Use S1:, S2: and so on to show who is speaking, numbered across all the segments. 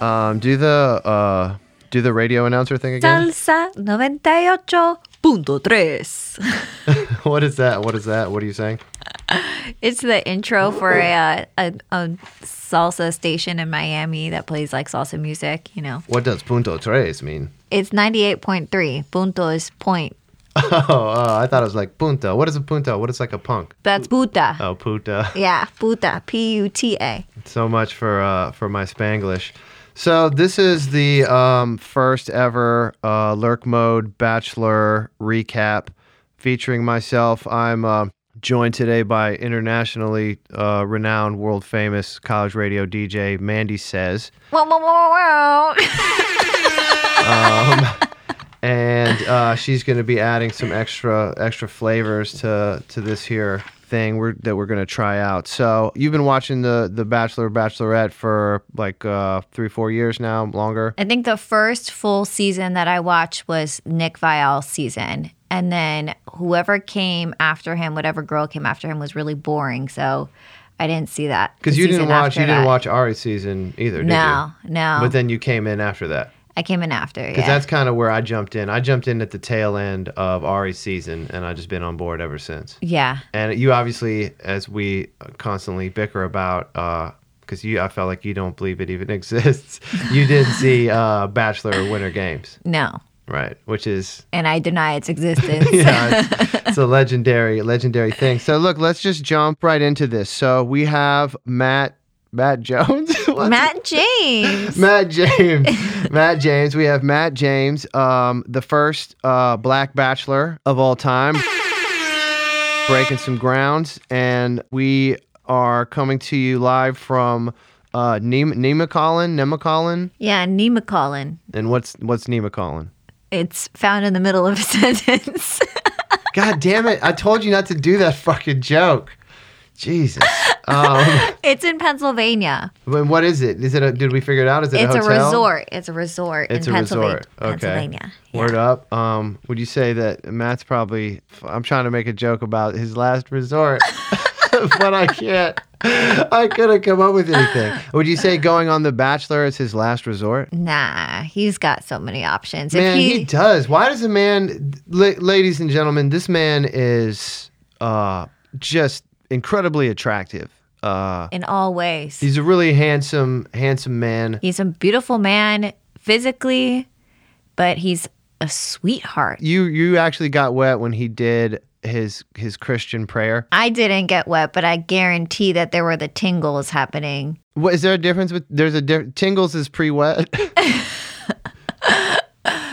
S1: Um, do the uh, do the radio announcer thing again.
S2: Salsa 98.3.
S1: what is that? What is that? What are you saying?
S2: It's the intro for a, uh, a, a salsa station in Miami that plays like salsa music, you know.
S1: What does punto tres mean?
S2: It's 98.3. Punto is point.
S1: Oh, uh, I thought it was like punto. What is a punto? What is like a punk?
S2: That's puta.
S1: Oh, puta.
S2: Yeah, puta. P U T A.
S1: so much for uh, for my Spanglish. So this is the um, first ever uh, Lurk Mode Bachelor recap featuring myself. I'm uh, joined today by internationally uh, renowned, world famous college radio DJ Mandy Says,
S2: Wow, wow, wow, wow.
S1: and uh, she's going to be adding some extra extra flavors to to this here thing we're, that we're going to try out. So you've been watching the the Bachelor Bachelorette for like uh, three four years now, longer.
S2: I think the first full season that I watched was Nick Vial's season. And then whoever came after him, whatever girl came after him, was really boring. So I didn't see that.
S1: Because
S2: the
S1: you
S2: season
S1: didn't watch,
S2: after
S1: you didn't
S2: that.
S1: watch Ari's season either, did
S2: No,
S1: you?
S2: no.
S1: But then you came in after that,
S2: I came in after. Yeah.
S1: because that's kind of where I jumped in. I jumped in at the tail end of Ari's season, and I've just been on board ever since.
S2: yeah.
S1: And you obviously, as we constantly bicker about, because you, I felt like you don't believe it even exists. You didn't see uh, Bachelor Winter Games,
S2: No.
S1: right? Which is
S2: And I deny its existence.
S1: yeah, it's, it's a legendary, legendary thing. So look, let's just jump right into this. So we have Matt, Matt Jones. What's
S2: Matt James.
S1: Matt James. Matt James. We have Matt James, um, the first uh, black bachelor of all time, breaking some grounds. And we are coming to you live from uh, Nem- Nemacolin. Nemacolin.
S2: yeah, Nima Collin.
S1: And what's what's Nemacolin?
S2: It's found in the middle of a sentence.
S1: God damn it. I told you not to do that fucking joke. Jesus. Um,
S2: it's in Pennsylvania.
S1: but what is it? Is it a, did we figure it out? Is it
S2: It's
S1: a
S2: a,
S1: hotel?
S2: resort. It's a resort
S1: It's
S2: in
S1: a
S2: Pennsylvania.
S1: resort. Okay.
S2: Pennsylvania. Yeah.
S1: Word up. Um, would you say that Matt's probably? I'm trying to make a joke about his last resort, but I can't. I couldn't come up with anything. Would you say going on The Bachelor is his last resort?
S2: Nah, he's got so many options.
S1: Man,
S2: if
S1: he,
S2: he,
S1: does. Why does a man, la- ladies and gentlemen, this man is uh, just incredibly attractive. Uh,
S2: in all ways.
S1: he's a really handsome, handsome man.
S2: He's a beautiful man physically, but he's a sweetheart.
S1: You you actually got wet when he did his his Christian prayer.
S2: I didn't get wet, but I guarantee that there were the tingles happening.
S1: What is there a difference with? There's a di- tingles is pre wet.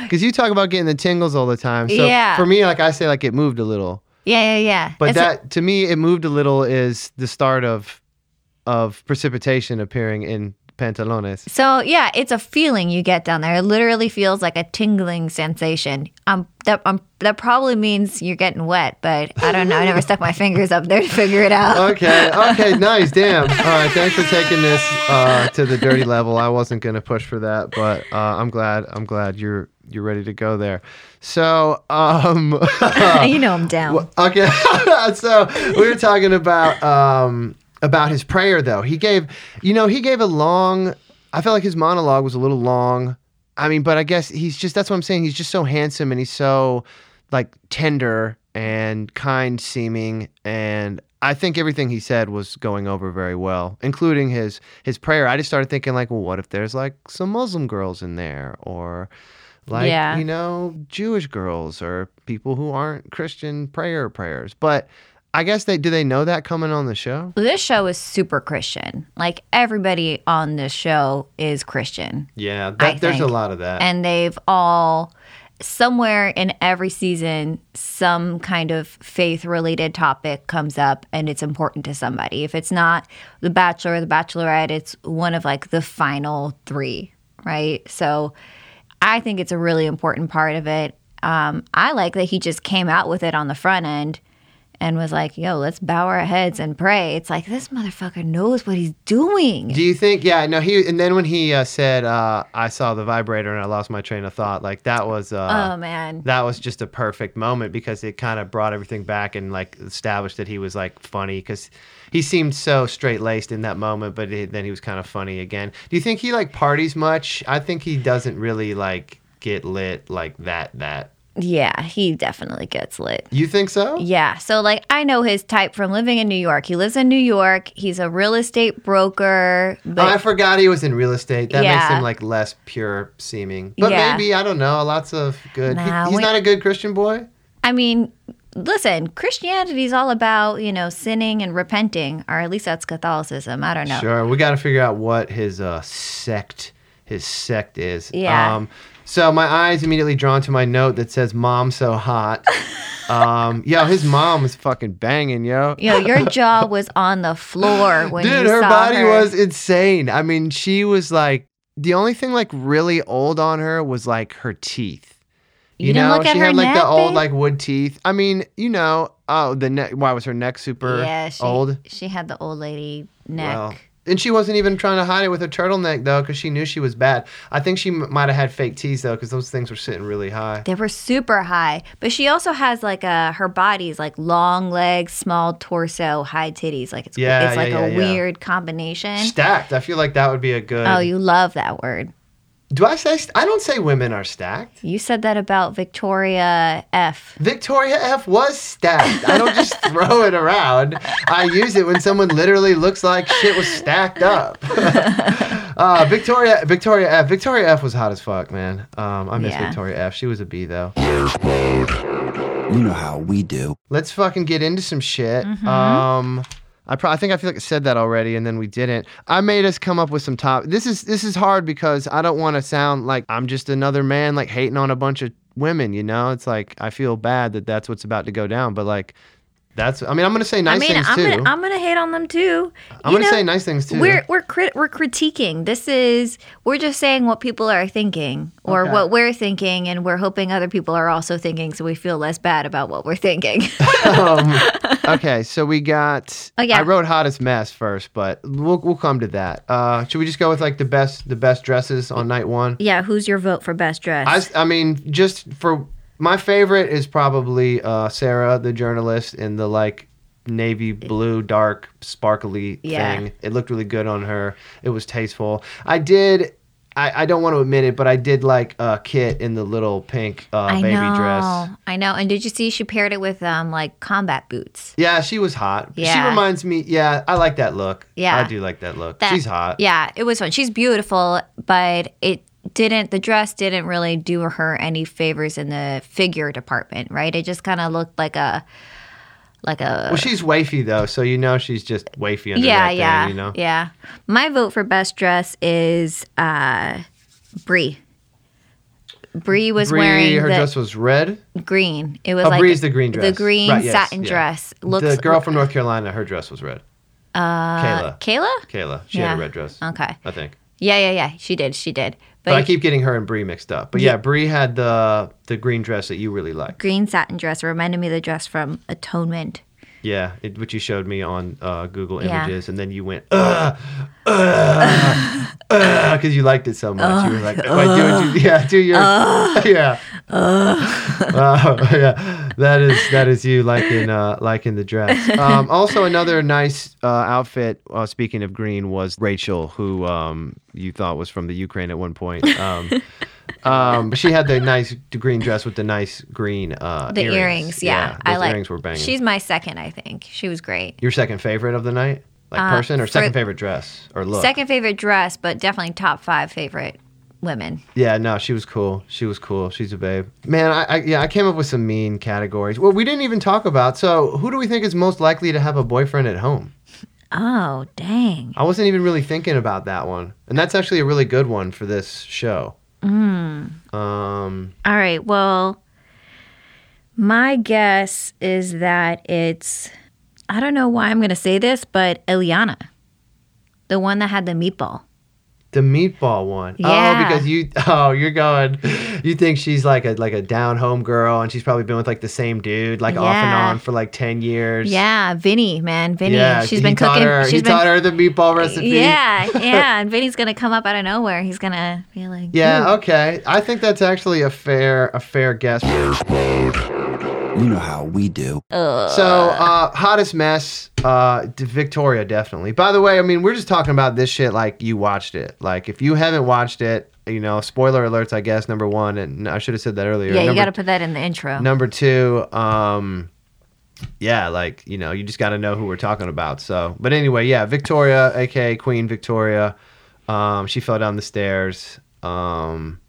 S1: Because you talk about getting the tingles all the time. So
S2: Yeah.
S1: for me, like I say, like it moved a little.
S2: Yeah, yeah, yeah.
S1: But
S2: It's a-
S1: that to me, it moved a little is the start of of precipitation appearing in pantalones.
S2: so yeah, it's a feeling you get down there. It literally feels like a tingling sensation. Um, that um, that probably means you're getting wet, but I don't know. I never stuck my fingers up there to figure it out.
S1: Okay. Okay. nice. Damn. All right. Thanks for taking this uh, to the dirty level. I wasn't gonna push for that, but uh, I'm glad. I'm glad you're you're ready to go there. So. um...
S2: you know I'm down.
S1: Okay, so we were talking about um, about his prayer though. He gave, you know, he gave a long. I felt like his monologue was a little long. I mean, but I guess he's just that's what I'm saying. He's just so handsome and he's so like tender and kind seeming and I think everything he said was going over very well, including his his prayer. I just started thinking like, well, what if there's like some Muslim girls in there or like
S2: Yeah.
S1: you know Jewish girls or people who aren't Christian prayer prayers. But I guess they do they know that coming on the show?
S2: This show is super Christian. Like everybody on this show is Christian.
S1: Yeah,
S2: that- I there's a think.
S1: lot of that.
S2: And they've all somewhere in every season some kind of faith related topic comes up and it's important to somebody. If it's not The Bachelor or The Bachelorette, it's one of like the final 3, right? So I think it's a really important part of it. Um, I like that he just came out with it on the front end and was like, yo, let's bow our heads and pray. It's like, this motherfucker knows what he's doing.
S1: Do you think? Yeah, no. He and then when he uh, said, uh, "I saw the vibrator and I lost my train of thought," like that was uh,
S2: oh, man.
S1: that was just a perfect moment because it kind of brought everything back and like established that he was like funny because he seemed so straight laced in that moment, but it, then he was kind of funny again. Do you think he like parties much? I think he doesn't really like get lit like that. That
S2: yeah, he definitely gets lit.
S1: you think so?
S2: Yeah. So, like, I know his type from living in New York. He lives in New York. He's a real estate broker. But
S1: Oh, I forgot he was in real estate. That makes
S2: Yeah.
S1: him like less pure seeming. But
S2: Yeah.
S1: maybe I don't know. Lots of good. he-
S2: Nah,
S1: he's
S2: we-
S1: not a good Christian boy.
S2: I mean, listen, Christianity's all about, you know, sinning and repenting, or at least that's Catholicism. I don't know.
S1: Sure, we got to figure out what his uh, sect, his sect is. Um,
S2: Yeah.
S1: so my eyes immediately drawn to my note that says "Mom so hot." um, yo, his mom was fucking banging, yo.
S2: You know, your jaw was on the floor when
S1: Dude,
S2: you
S1: her
S2: saw
S1: body
S2: her.
S1: was insane. I mean, she was like the only thing like really old on her was like her teeth.
S2: You didn't look at
S1: she
S2: her
S1: had like
S2: neck,
S1: the old
S2: babe?
S1: like wood teeth. I mean, you know, oh, the neck. Why was her neck super
S2: yeah, she,
S1: old?
S2: She had the old lady neck.
S1: Well, and she wasn't even trying to hide it with her turtleneck though, because she knew she was bad. I think she m- might have had fake tees though, because those things were sitting really high.
S2: They were super high, but she also has like a her body's like long legs, small torso, high titties. Like it's
S1: Yeah,
S2: it's like
S1: yeah,
S2: a
S1: yeah, yeah.
S2: weird combination.
S1: Stacked. I feel like that would be a good.
S2: Oh, you love that word.
S1: Do I say? St- I don't say women are stacked.
S2: You said that about Victoria F.
S1: Victoria F was stacked. I don't just throw it around. I use it when someone literally looks like shit was stacked up. uh, Victoria Victoria F Victoria F was hot as fuck, man. Um, I miss
S2: Yeah.
S1: Victoria F. She was a B though.
S3: You know how we do.
S1: let's fucking get into some shit.
S2: Mm-hmm.
S1: Um, I probably think I feel like I said that already, and then we didn't. I made us come up with some top. This is this is hard because I don't want to sound like I'm just another man like hating on a bunch of women. You know, it's like I feel bad that that's what's about to go down, but like. That's. I mean, I'm gonna say nice
S2: I mean,
S1: things
S2: I'm
S1: too.
S2: gonna, I'm gonna hate on them too.
S1: I'm
S2: You
S1: gonna
S2: know,
S1: say nice things too.
S2: We're we're crit- we're critiquing. This is we're just saying what people are thinking or
S1: Okay.
S2: what we're thinking, and we're hoping other people are also thinking, so we feel less bad about what we're thinking.
S1: Um, okay, so we got.
S2: Oh, yeah.
S1: I wrote hottest mess first, but we'll we'll come to that. Uh, should we just go with like the best the best dresses on night one?
S2: yeah, who's your vote for best dress?
S1: I, I mean, just for my favorite is probably uh, Sarah, the journalist, in the like navy blue, dark, sparkly
S2: Yeah.
S1: thing. It looked really good on her. It was tasteful. I did. I, I don't want to admit it, but I did like uh, Kit in the little pink uh,
S2: I
S1: baby
S2: know,
S1: dress.
S2: I know. And did you see she paired it with um like combat boots?
S1: Yeah, she was hot. She
S2: Yeah.
S1: reminds me. Yeah, I like that look.
S2: Yeah.
S1: I do like that look.
S2: That-
S1: She's hot.
S2: Yeah, it was fun. She's beautiful, but it didn't the dress didn't really do her any favors in the figure department, right? It just kind of looked like a like a
S1: Well, she's wafy though, so you know she's just wafy under
S2: yeah,
S1: that thing.
S2: yeah,
S1: You know.
S2: yeah. My vote for best dress is uh Bree. Bree was
S1: Bree,
S2: wearing
S1: her
S2: the
S1: dress was red.
S2: green. It was
S1: Oh,
S2: like
S1: Bree's the green
S2: the
S1: dress.
S2: green
S1: Right, yes,
S2: satin
S1: yeah.
S2: dress. Looks uh,
S1: the girl from North Carolina, her dress was red. Uh, Kayla.
S2: Kayla.
S1: Kayla. She had
S2: yeah.
S1: a red dress,
S2: Okay.
S1: I think.
S2: Yeah, yeah, yeah. She did. She did. But,
S1: But I keep getting her and Brie mixed up. But yeah, Brie had the the green dress that you really like.
S2: green satin dress reminded me of the dress from Atonement.
S1: Yeah, it, which you showed me on uh, Google
S2: Yeah.
S1: Images, and then you went, "Uh, ugh, ugh, because you liked it so much. you were like, "If I do it, you- yeah, do your,
S2: Uh,
S1: yeah, Wow, yeah. That is that is you liking uh, liking the dress. Um, also, another nice uh, outfit. Uh, speaking of green, was Rachel, who um, you thought was from the Ukraine at one point. Um, um, but she had the nice green dress with the nice green uh,
S2: The earrings, yeah, I
S1: those
S2: like.
S1: earrings were banging.
S2: She's my second, I think. She was great.
S1: Your second favorite of the night? Like
S2: Uh,
S1: person or
S2: for-
S1: second favorite dress or look?
S2: Second favorite dress, but definitely top five favorite women.
S1: Yeah, no, she was cool. She was cool. She's a babe. Man, I, I yeah, I came up with some mean categories. Well, we didn't even talk about. So, who do we think is most likely to have a boyfriend at home?
S2: Oh dang!
S1: I wasn't even really thinking about that one, and that's actually a really good one for this show.
S2: Mm.
S1: Um,
S2: All right. Well, my guess is that it's. I don't know why I'm going to say this, but Eliana, the one that had the meatball.
S1: The meatball one.
S2: Yeah.
S1: Oh, because you oh, you're going you think she's like a like a down home girl and she's probably been with like the same dude like off and
S2: Yeah.
S1: on for like 10 years.
S2: Yeah, Vinny, man, Vinny. she's
S1: he
S2: been
S1: taught
S2: cooking.
S1: Her,
S2: she's
S1: he
S2: been,
S1: taught her the meatball recipe.
S2: Yeah, yeah. And Vinny's gonna come up out of nowhere. He's gonna be like,
S1: Yeah, okay. I think that's actually a fair a fair guess.
S3: You know how we do.
S1: So, uh, hottest mess, uh, D- Victoria, definitely. By the way, I mean, we're just talking about this shit like you watched it. Like, if you haven't watched it, you know, spoiler alerts, I guess, number one, and I should have said that earlier.
S2: yeah.
S1: number,
S2: You got to put that in the intro.
S1: number two, um, yeah, like, you know, you just got to know who we're talking about. So, but anyway, yeah, Victoria, aka Queen Victoria, um, she fell down the stairs. Um,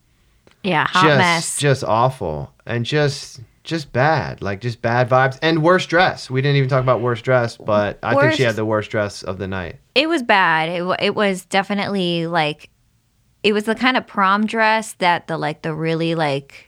S2: yeah, hot
S1: just,
S2: mess.
S1: Just awful and just just bad, like just bad vibes and worst dress. We didn't even talk about worst dress, but I think she
S2: Worst-
S1: had the worst dress of the night.
S2: it was bad. It, wa- it was definitely like, it was the kind of prom dress that the like the really like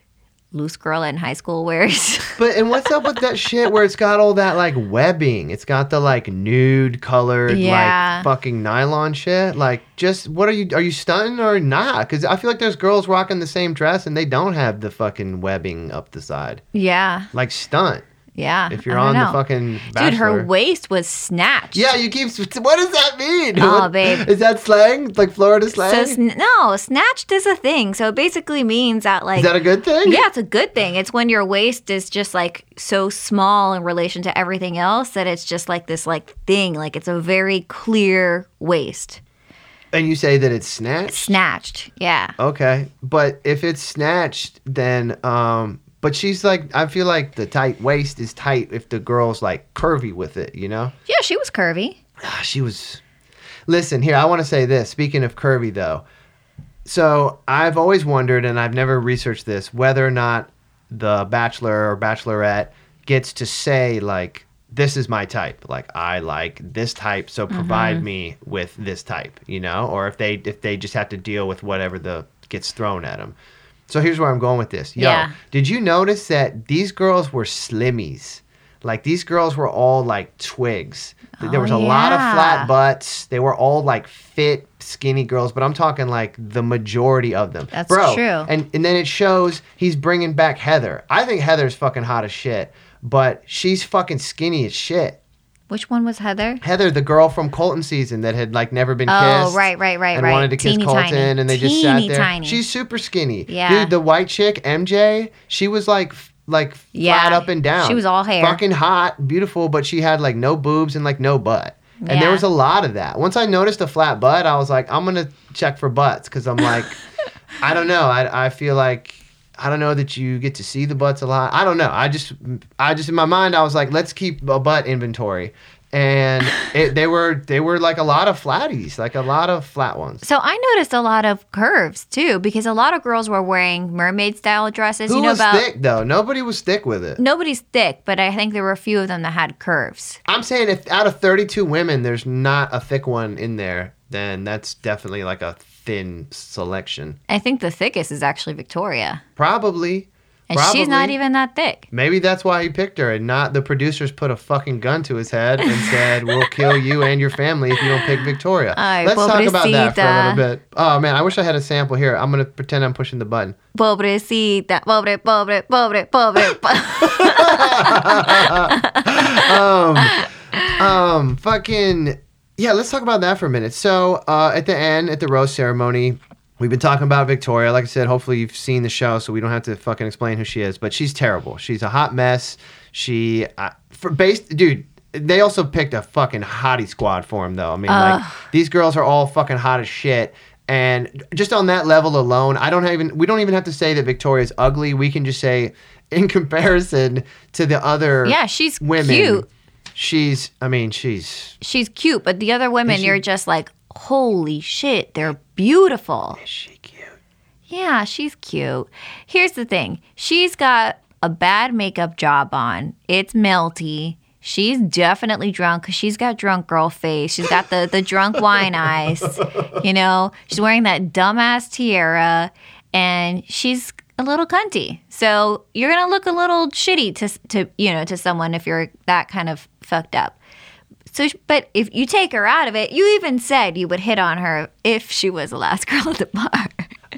S2: loose girl in high school wears.
S1: But and what's up with that shit where it's got all that like webbing? It's got the like nude colored
S2: Yeah.
S1: like fucking nylon shit. Like just what are you are you stunning or not? Cuz I feel like there's girls rocking the same dress and they don't have the fucking webbing up the side.
S2: yeah,
S1: Like stunt
S2: yeah.
S1: if you're
S2: I
S1: on
S2: don't
S1: the
S2: know.
S1: fucking
S2: Dude, her
S1: Bachelor.
S2: waist was snatched.
S1: Yeah, you keep. What does that mean?
S2: Oh,
S1: What-
S2: babe.
S1: Is that slang? Like Florida slang?
S2: So sn- no, snatched is a thing. So it basically means that like
S1: is that a good thing?
S2: Yeah, it's a good thing. It's when your waist is just like so small in relation to everything else that it's just like this like thing. Like it's a very clear waist.
S1: And you say that it's snatched.
S2: Snatched. Yeah.
S1: Okay, but if it's snatched, then um. But she's like, I feel like the tight waist is tight if the girl's like curvy with it, you know.
S2: Yeah, she was curvy.
S1: Ah, she was. Listen here, I want to say this. Speaking of curvy, though, so I've always wondered, and I've never researched this, whether or not the bachelor or bachelorette gets to say like, "This is my type." Like, I like this type,
S2: Mm-hmm.
S1: so provide me with this type, you know, or if they if they just have to deal with whatever the gets thrown at them. So here's where I'm going with this. Yo,
S2: Yeah.
S1: did you notice that these girls were slimmies? Like these girls were all like twigs. Th- there
S2: Oh,
S1: was a lot of
S2: yeah.
S1: flat butts. They were all like fit, skinny girls, but I'm talking like the majority of them.
S2: That's
S1: Bro,
S2: true.
S1: And and then it shows he's bringing back Heather. I think Heather's fucking hot as shit, but she's fucking skinny as shit.
S2: Which one was Heather?
S1: Heather, the girl from Colton season that had like never been
S2: Oh,
S1: kissed.
S2: right, right, right,
S1: and
S2: right.
S1: wanted to kiss
S2: Teeny
S1: Colton,
S2: tiny.
S1: and they just sat
S2: Teeny
S1: there.
S2: tiny.
S1: She's super skinny.
S2: Yeah.
S1: dude, the white chick MJ, she was like f- like
S2: Yeah.
S1: flat up and down.
S2: She was all hair.
S1: fucking hot, beautiful, but she had like no boobs and like no butt. And there
S2: Yeah.
S1: was a lot of that. Once I noticed a flat butt, I was like, I'm gonna check for butts because I'm like, I don't know. I I feel like. I don't know that you get to see the butts a lot. I don't know. I just, I just in my mind, I was like, let's keep a butt inventory, and it, they were they were like a lot of flatties, like a lot of flat ones.
S2: So I noticed a lot of curves too, because a lot of girls were wearing mermaid style dresses.
S1: Who
S2: you know
S1: was
S2: about
S1: thick though? Nobody was thick with it.
S2: nobody's thick, but I think there were a few of them that had curves.
S1: I'm saying if out of 32 women, there's not a thick one in there, then that's definitely like a thin selection.
S2: I think the thickest is actually Victoria.
S1: Probably.
S2: And she's not
S1: Probably.
S2: even that thick.
S1: Maybe that's why he picked her, and not the producers put a fucking gun to his head and said, "We'll kill you and your family if you don't pick Victoria."
S2: Ay,
S1: Let's talk about that for a
S2: pobrecita.
S1: little bit. Oh man, I wish I had a sample here. I'm gonna pretend I'm pushing the button.
S2: Pobrecita, pobre, pobre, pobre, pobre. po-
S1: um, fucking yeah. Let's talk about that for a minute. So uh, at the end, at the rose ceremony, we've been talking about Victoria. Like I said, hopefully you've seen the show, so we don't have to fucking explain who she is. But she's terrible. She's a hot mess. She uh, for based dude. They also picked a fucking hottie squad for him, though. I mean, like these girls are all fucking hot as shit. And just on that level alone, I don't even we don't even have to say that Victoria's ugly. We can just say, in comparison to the other
S2: yeah, she's
S1: women,
S2: cute.
S1: She's, I mean, she's,
S2: She's cute, but the other women,
S1: she-
S2: you're just like, holy shit, they're beautiful.
S1: she cute.
S2: Yeah, she's cute. Here's the thing she's got a bad makeup job on, it's melty. She's definitely drunk because she's got drunk girl face. She's got the, the drunk wine eyes. You know, she's wearing that dumbass tiara and she's a little cunty. So you're going to look a little shitty to, to, you know, to someone if you're that kind of fucked up. So, sh- but if you take her out of it, you even said you would hit on her if she was the last girl at the bar.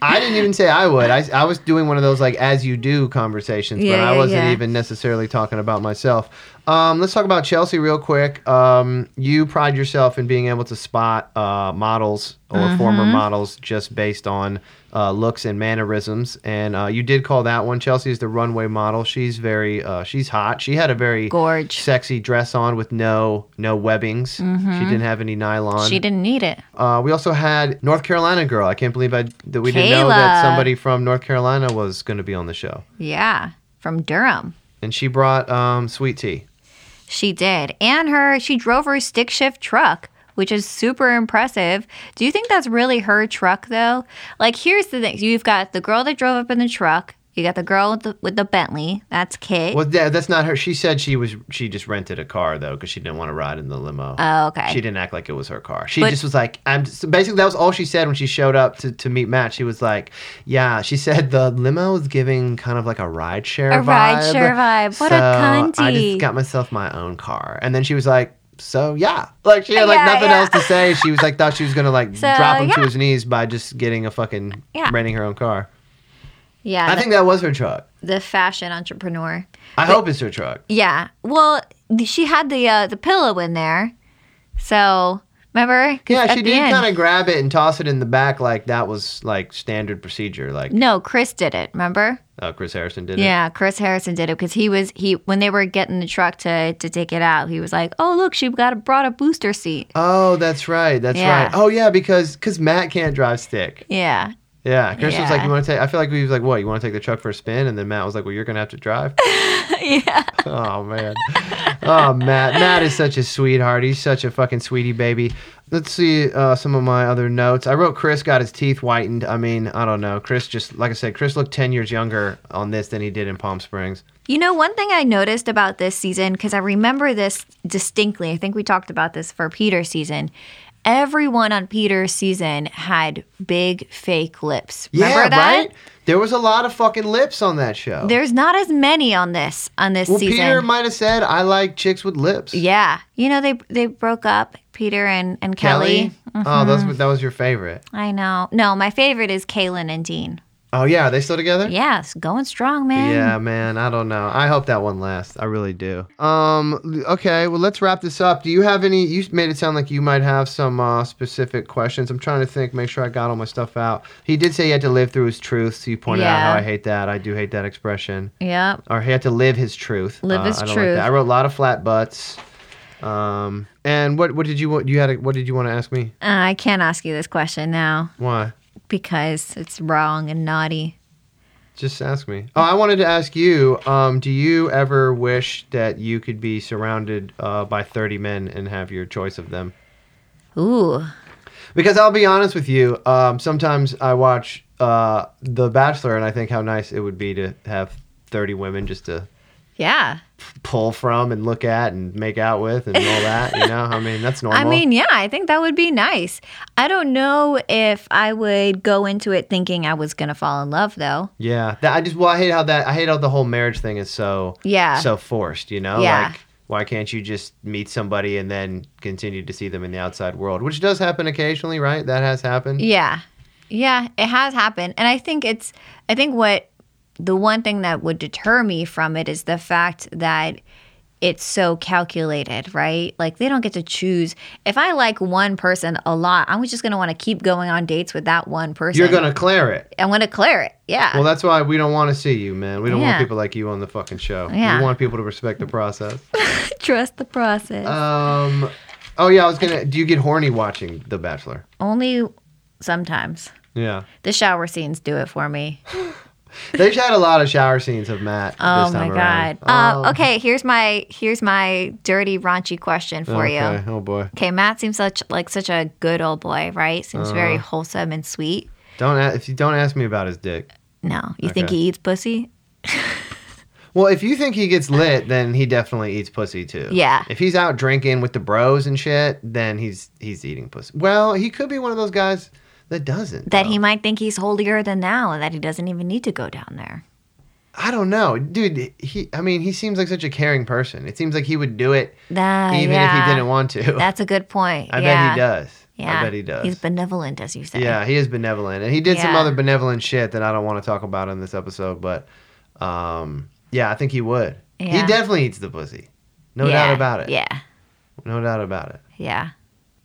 S1: I didn't even say I would. I, I was doing one of those like as you do conversations, but
S2: Yeah,
S1: I
S2: yeah,
S1: wasn't
S2: yeah.
S1: even necessarily talking about myself. Um, let's talk about Chelsea real quick. Um, you pride yourself in being able to spot uh, models or
S2: Mm-hmm.
S1: former models just based on uh, looks and mannerisms, and uh, you did call that one. Chelsea is the runway model. She's very uh, she's hot. She had a very
S2: Gorge.
S1: sexy dress on with no no webbings. She didn't have any nylon.
S2: Mm-hmm. She didn't need it.
S1: Uh, we also had North Carolina girl. I can't believe I, that we didn't know that
S2: Kayla.
S1: somebody from North Carolina was going to be on the show.
S2: Yeah, from Durham.
S1: And she brought um, sweet tea.
S2: She did. And her she drove her stick shift truck, which is super impressive. Do you think that's really her truck though? Like here's the thing. You've got the girl that drove up in the truck, you got the girl with the, with the Bentley, that's Kate.
S1: Well, that, that's not her. She said she was she just rented a car though because she didn't want to ride in the limo.
S2: Oh, okay.
S1: She didn't act like it was her car. She
S2: But-
S1: just was like, "I'm." Just, basically, that was all she said when she showed up to, to meet Matt. She was like, "Yeah." She said the limo is giving kind of like a rideshare.
S2: A rideshare vibe. What a
S1: So I just
S2: cunty.
S1: got myself my own car, and then she was like. So yeah, like she had like
S2: Yeah,
S1: nothing
S2: yeah.
S1: else to say. She was like thought she was gonna like
S2: So,
S1: drop him to
S2: yeah.
S1: his knees by just getting a fucking
S2: Yeah.
S1: renting her own car.
S2: yeah,
S1: I
S2: the,
S1: think that was her truck.
S2: the fashion entrepreneur.
S1: I hope it's her truck.
S2: Yeah. Well, th- she had the uh, the pillow in there. So, remember? 'Cause
S1: Yeah,
S2: at
S1: she
S2: the
S1: did
S2: end-
S1: kind of grab it and toss it in the back like that was like standard procedure. Like
S2: No, Chris did it, remember?
S1: uh, Chris Harrison did it.
S2: Yeah, Chris Harrison did it because he was he when they were getting the truck to to take it out, he was like, "Oh look, she got a, brought a booster seat."
S1: Oh, that's right. That's
S2: Yeah.
S1: right. Oh yeah, because because Matt can't drive stick.
S2: Yeah,
S1: Yeah, Chris was like,
S2: Yeah.
S1: "You want to take?" I feel like he was like, "What? You want to take the truck for a spin?" And then Matt was like, "Well, you're gonna have to drive."
S2: yeah,
S1: oh man. Oh Matt. Matt is such a sweetheart. He's such a fucking sweetie baby. Let's see uh, some of my other notes. I wrote Chris got his teeth whitened. I mean, I don't know. Chris just like I said, Chris looked ten years younger on this than he did in Palm Springs.
S2: You know, one thing I noticed about this season, because I remember this distinctly, I think we talked about this for Peter's season. Everyone on Peter's season had big fake lips. Remember
S1: Yeah,
S2: that?
S1: right. There was a lot of fucking lips on that show.
S2: There's not as many on this on this
S1: well,
S2: season.
S1: Peter might have said, "I like chicks with lips."
S2: yeah, you know they they broke up, Peter and and Kelly. Mm-hmm.
S1: Oh, that's what that was your favorite.
S2: I know. No, my favorite is Kaylin and Dean.
S1: Oh yeah, are they still together?
S2: Yes, going strong, man.
S1: Yeah, man. I don't know. I hope that one lasts. I really do. Um. Okay. Well, let's wrap this up. Do you have any? You made it sound like you might have some uh, specific questions. I'm trying to think. Make sure I got all my stuff out. He did say he had to live through his truth. So you pointed out how
S2: Yeah.
S1: I hate that. I do hate that expression.
S2: Yep.
S1: Or he had to live his truth.
S2: Live
S1: Uh,
S2: his
S1: I don't Like
S2: truth.
S1: that. I wrote a lot of flat butts. Um. And what what did you want? You had a, what did you want to ask me?
S2: Uh, I can't ask you this question now
S1: Why?
S2: because it's wrong and naughty.
S1: Just ask me. Oh, I wanted to ask you. Um, do you ever wish that you could be surrounded uh, by thirty men and have your choice of them?
S2: Ooh.
S1: Because I'll be honest with you. Um, sometimes I watch uh, The Bachelor and I think how nice it would be to have thirty women just to
S2: Yeah.
S1: pull from and look at and make out with and all that. You know, I mean that's normal.
S2: I mean, yeah, I think that would be nice. I don't know if I would go into it thinking I was going to fall in love, though.
S1: Yeah, that, I just well, I hate how that I hate how the whole marriage thing is so
S2: Yeah.
S1: so forced. You know,
S2: Yeah.
S1: like why can't you just meet somebody and then continue to see them in the outside world, which does happen occasionally, right? That has happened.
S2: Yeah. Yeah, it has happened. And I think it's, I think what the one thing that would deter me from it is the fact that it's so calculated, right? Like they don't get to choose. If I like one person a lot, I'm just going to want to keep going on dates with that one person.
S1: You're gonna clear it.
S2: I'm going to clear it. Yeah.
S1: Well, that's why we don't want to see you, man. We don't want
S2: Yeah.
S1: people like you on the fucking show.
S2: Yeah.
S1: We want people to respect the process.
S2: Trust the process.
S1: Um. Oh yeah, I was gonna. Do you get horny watching The Bachelor?
S2: Only sometimes.
S1: Yeah.
S2: The shower scenes do it for me.
S1: They've had a lot of shower scenes of Matt.
S2: Oh
S1: this
S2: my
S1: time around. Oh.
S2: god. Uh, okay, here's my here's my dirty raunchy question for you.
S1: Okay. Oh boy.
S2: Okay, Matt seems such like such a good old boy, right? Seems very
S1: Uh-huh.
S2: wholesome and sweet.
S1: Don't a- if you don't ask me about his dick.
S2: No, you think
S1: Okay.
S2: he eats pussy?
S1: Well, if you think he gets lit, then he definitely eats pussy too.
S2: Yeah.
S1: If he's out drinking with the bros and shit, then he's he's eating pussy. Well, he could be one of those guys that doesn't.
S2: That
S1: though.
S2: he might think he's holier than thou and that he doesn't even need to go down there.
S1: I don't know, dude. He, I mean, he seems like such a caring person. It seems like he would do it
S2: That,
S1: even if
S2: Uh, yeah.
S1: he didn't want to.
S2: That's a good point.
S1: I
S2: yeah.
S1: bet he does.
S2: Yeah.
S1: I bet he does.
S2: He's benevolent, as you say.
S1: yeah, he is benevolent, and he did some
S2: Yeah.
S1: other benevolent shit that I don't want to talk about in this episode. But, um, yeah, I think he would. He
S2: Yeah.
S1: definitely eats the pussy, no doubt
S2: Yeah.
S1: about it.
S2: Yeah.
S1: no doubt about it.
S2: Yeah.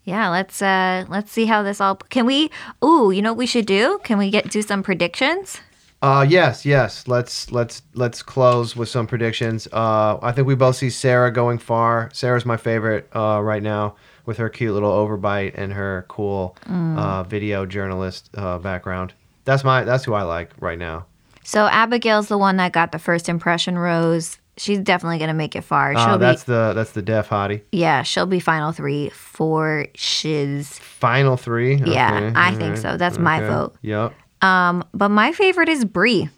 S2: Yeah, let's uh let's see how this all Can we Ooh, you know what we should do? Can we get do some predictions?
S1: Uh, yes, yes. Let's let's let's close with some predictions. Uh, I think we both see Sarah going far. Sarah's my favorite uh, right now with her cute little overbite and her cool
S2: Mm.
S1: uh, video journalist uh, background. That's my that's who I like right now.
S2: So Abigail's the one that got the first impression rose. She's definitely going to make it far. She'll
S1: Uh, that's
S2: be
S1: the that's the deaf hottie.
S2: Yeah, she'll be final 3 for shiz.
S1: Final three.
S2: Yeah,
S1: Okay,
S2: I
S1: all
S2: think
S1: right,
S2: so. That's my
S1: Mm-hmm, okay.
S2: vote.
S1: Yep.
S2: Um, but my favorite is Bree.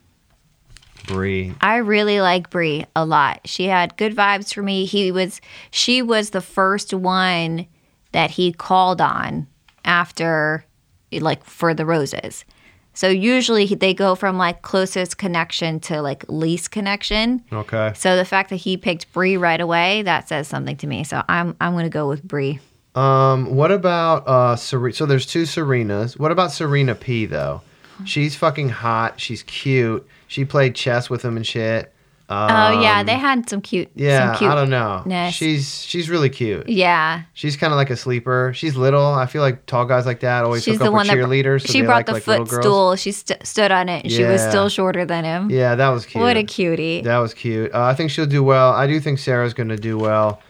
S1: Bree.
S2: I really like Bree a lot. She had good vibes for me. He was she was the first one that he called on after like for the roses. So usually he- they go from like closest connection to like least connection.
S1: Okay.
S2: So the fact that he picked Bree right away, that says something to me. So I'm I'm going to go with Bree.
S1: Um, what about uh Serena? So there's two Serenas. What about Serena P though? She's fucking hot. She's cute. She played chess with him and shit. Um,
S2: Oh yeah, they had some cute
S1: yeah.
S2: some cute
S1: I don't know.
S2: ness.
S1: She's she's really cute.
S2: Yeah.
S1: She's kind of like a sleeper. She's little. I feel like tall guys like that always
S2: She's
S1: hook
S2: the
S1: up
S2: one
S1: with
S2: that
S1: cheerleaders. so
S2: she
S1: they
S2: brought
S1: like,
S2: the
S1: like, little girls.
S2: footstool. She st- stood on it and she was
S1: Yeah.
S2: still shorter than him.
S1: Yeah, that was cute.
S2: What a cutie.
S1: That was cute. Uh, I think she'll do well. I do think Sarah's going to do well.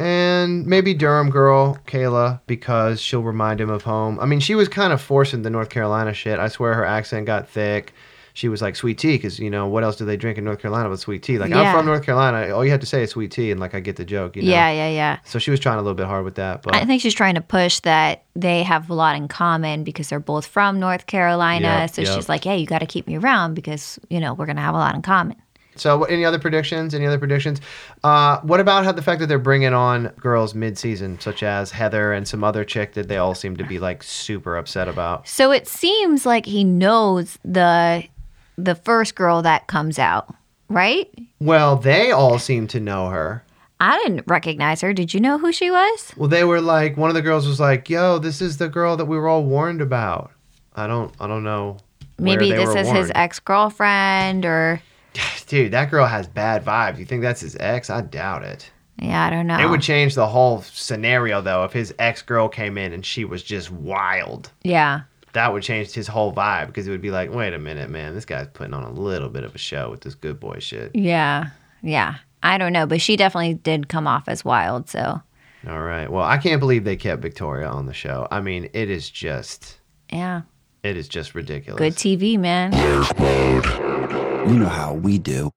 S1: And maybe Durham girl, Kayla, because she'll remind him of home. I mean, she was kind of forcing the North Carolina shit. I swear her accent got thick. She was like, sweet tea, because, you know, what else do they drink in North Carolina but sweet tea? Like, I'm
S2: Yeah.
S1: from North Carolina. All you have to say is sweet tea, and, like, I get the joke, you know?
S2: Yeah, yeah, yeah.
S1: So she was trying a little bit hard with that. But
S2: I think she's trying to push that they have a lot in common because they're both from North Carolina.
S1: Yep,
S2: so
S1: yep.
S2: she's like, "Hey, you got to keep me around because you know we're gonna have a lot in common."
S1: So, what- any other predictions? Any other predictions? Uh, what about how the fact that they're bringing on girls mid-season, such as Heather and some other chick that they all seem to be like super upset about?
S2: So it seems like he knows the the first girl that comes out, right?
S1: Well, they all seem to know her.
S2: I didn't recognize her. Did you know who she was?
S1: Well, they were like, one of the girls was like, "Yo, this is the girl that we were all warned about." I don't, I don't know. where
S2: Maybe
S1: they
S2: this
S1: were
S2: is his
S1: warned.
S2: ex girlfriend, or
S1: Dude, that girl has bad vibes. You think that's his ex? I doubt it.
S2: yeah, I don't know.
S1: It would change the whole scenario though if his ex girl came in and she was just wild.
S2: yeah,
S1: that would change his whole vibe because it would be like, wait a minute, man, this guy's putting on a little bit of a show with this good boy shit.
S2: yeah, yeah. I don't know, but she definitely did come off as wild. So
S1: All right. Well, I can't believe they kept Victoria on the show. I mean, it is just,
S2: yeah,
S1: it is just ridiculous.
S2: good TV, man.
S3: You know how we do.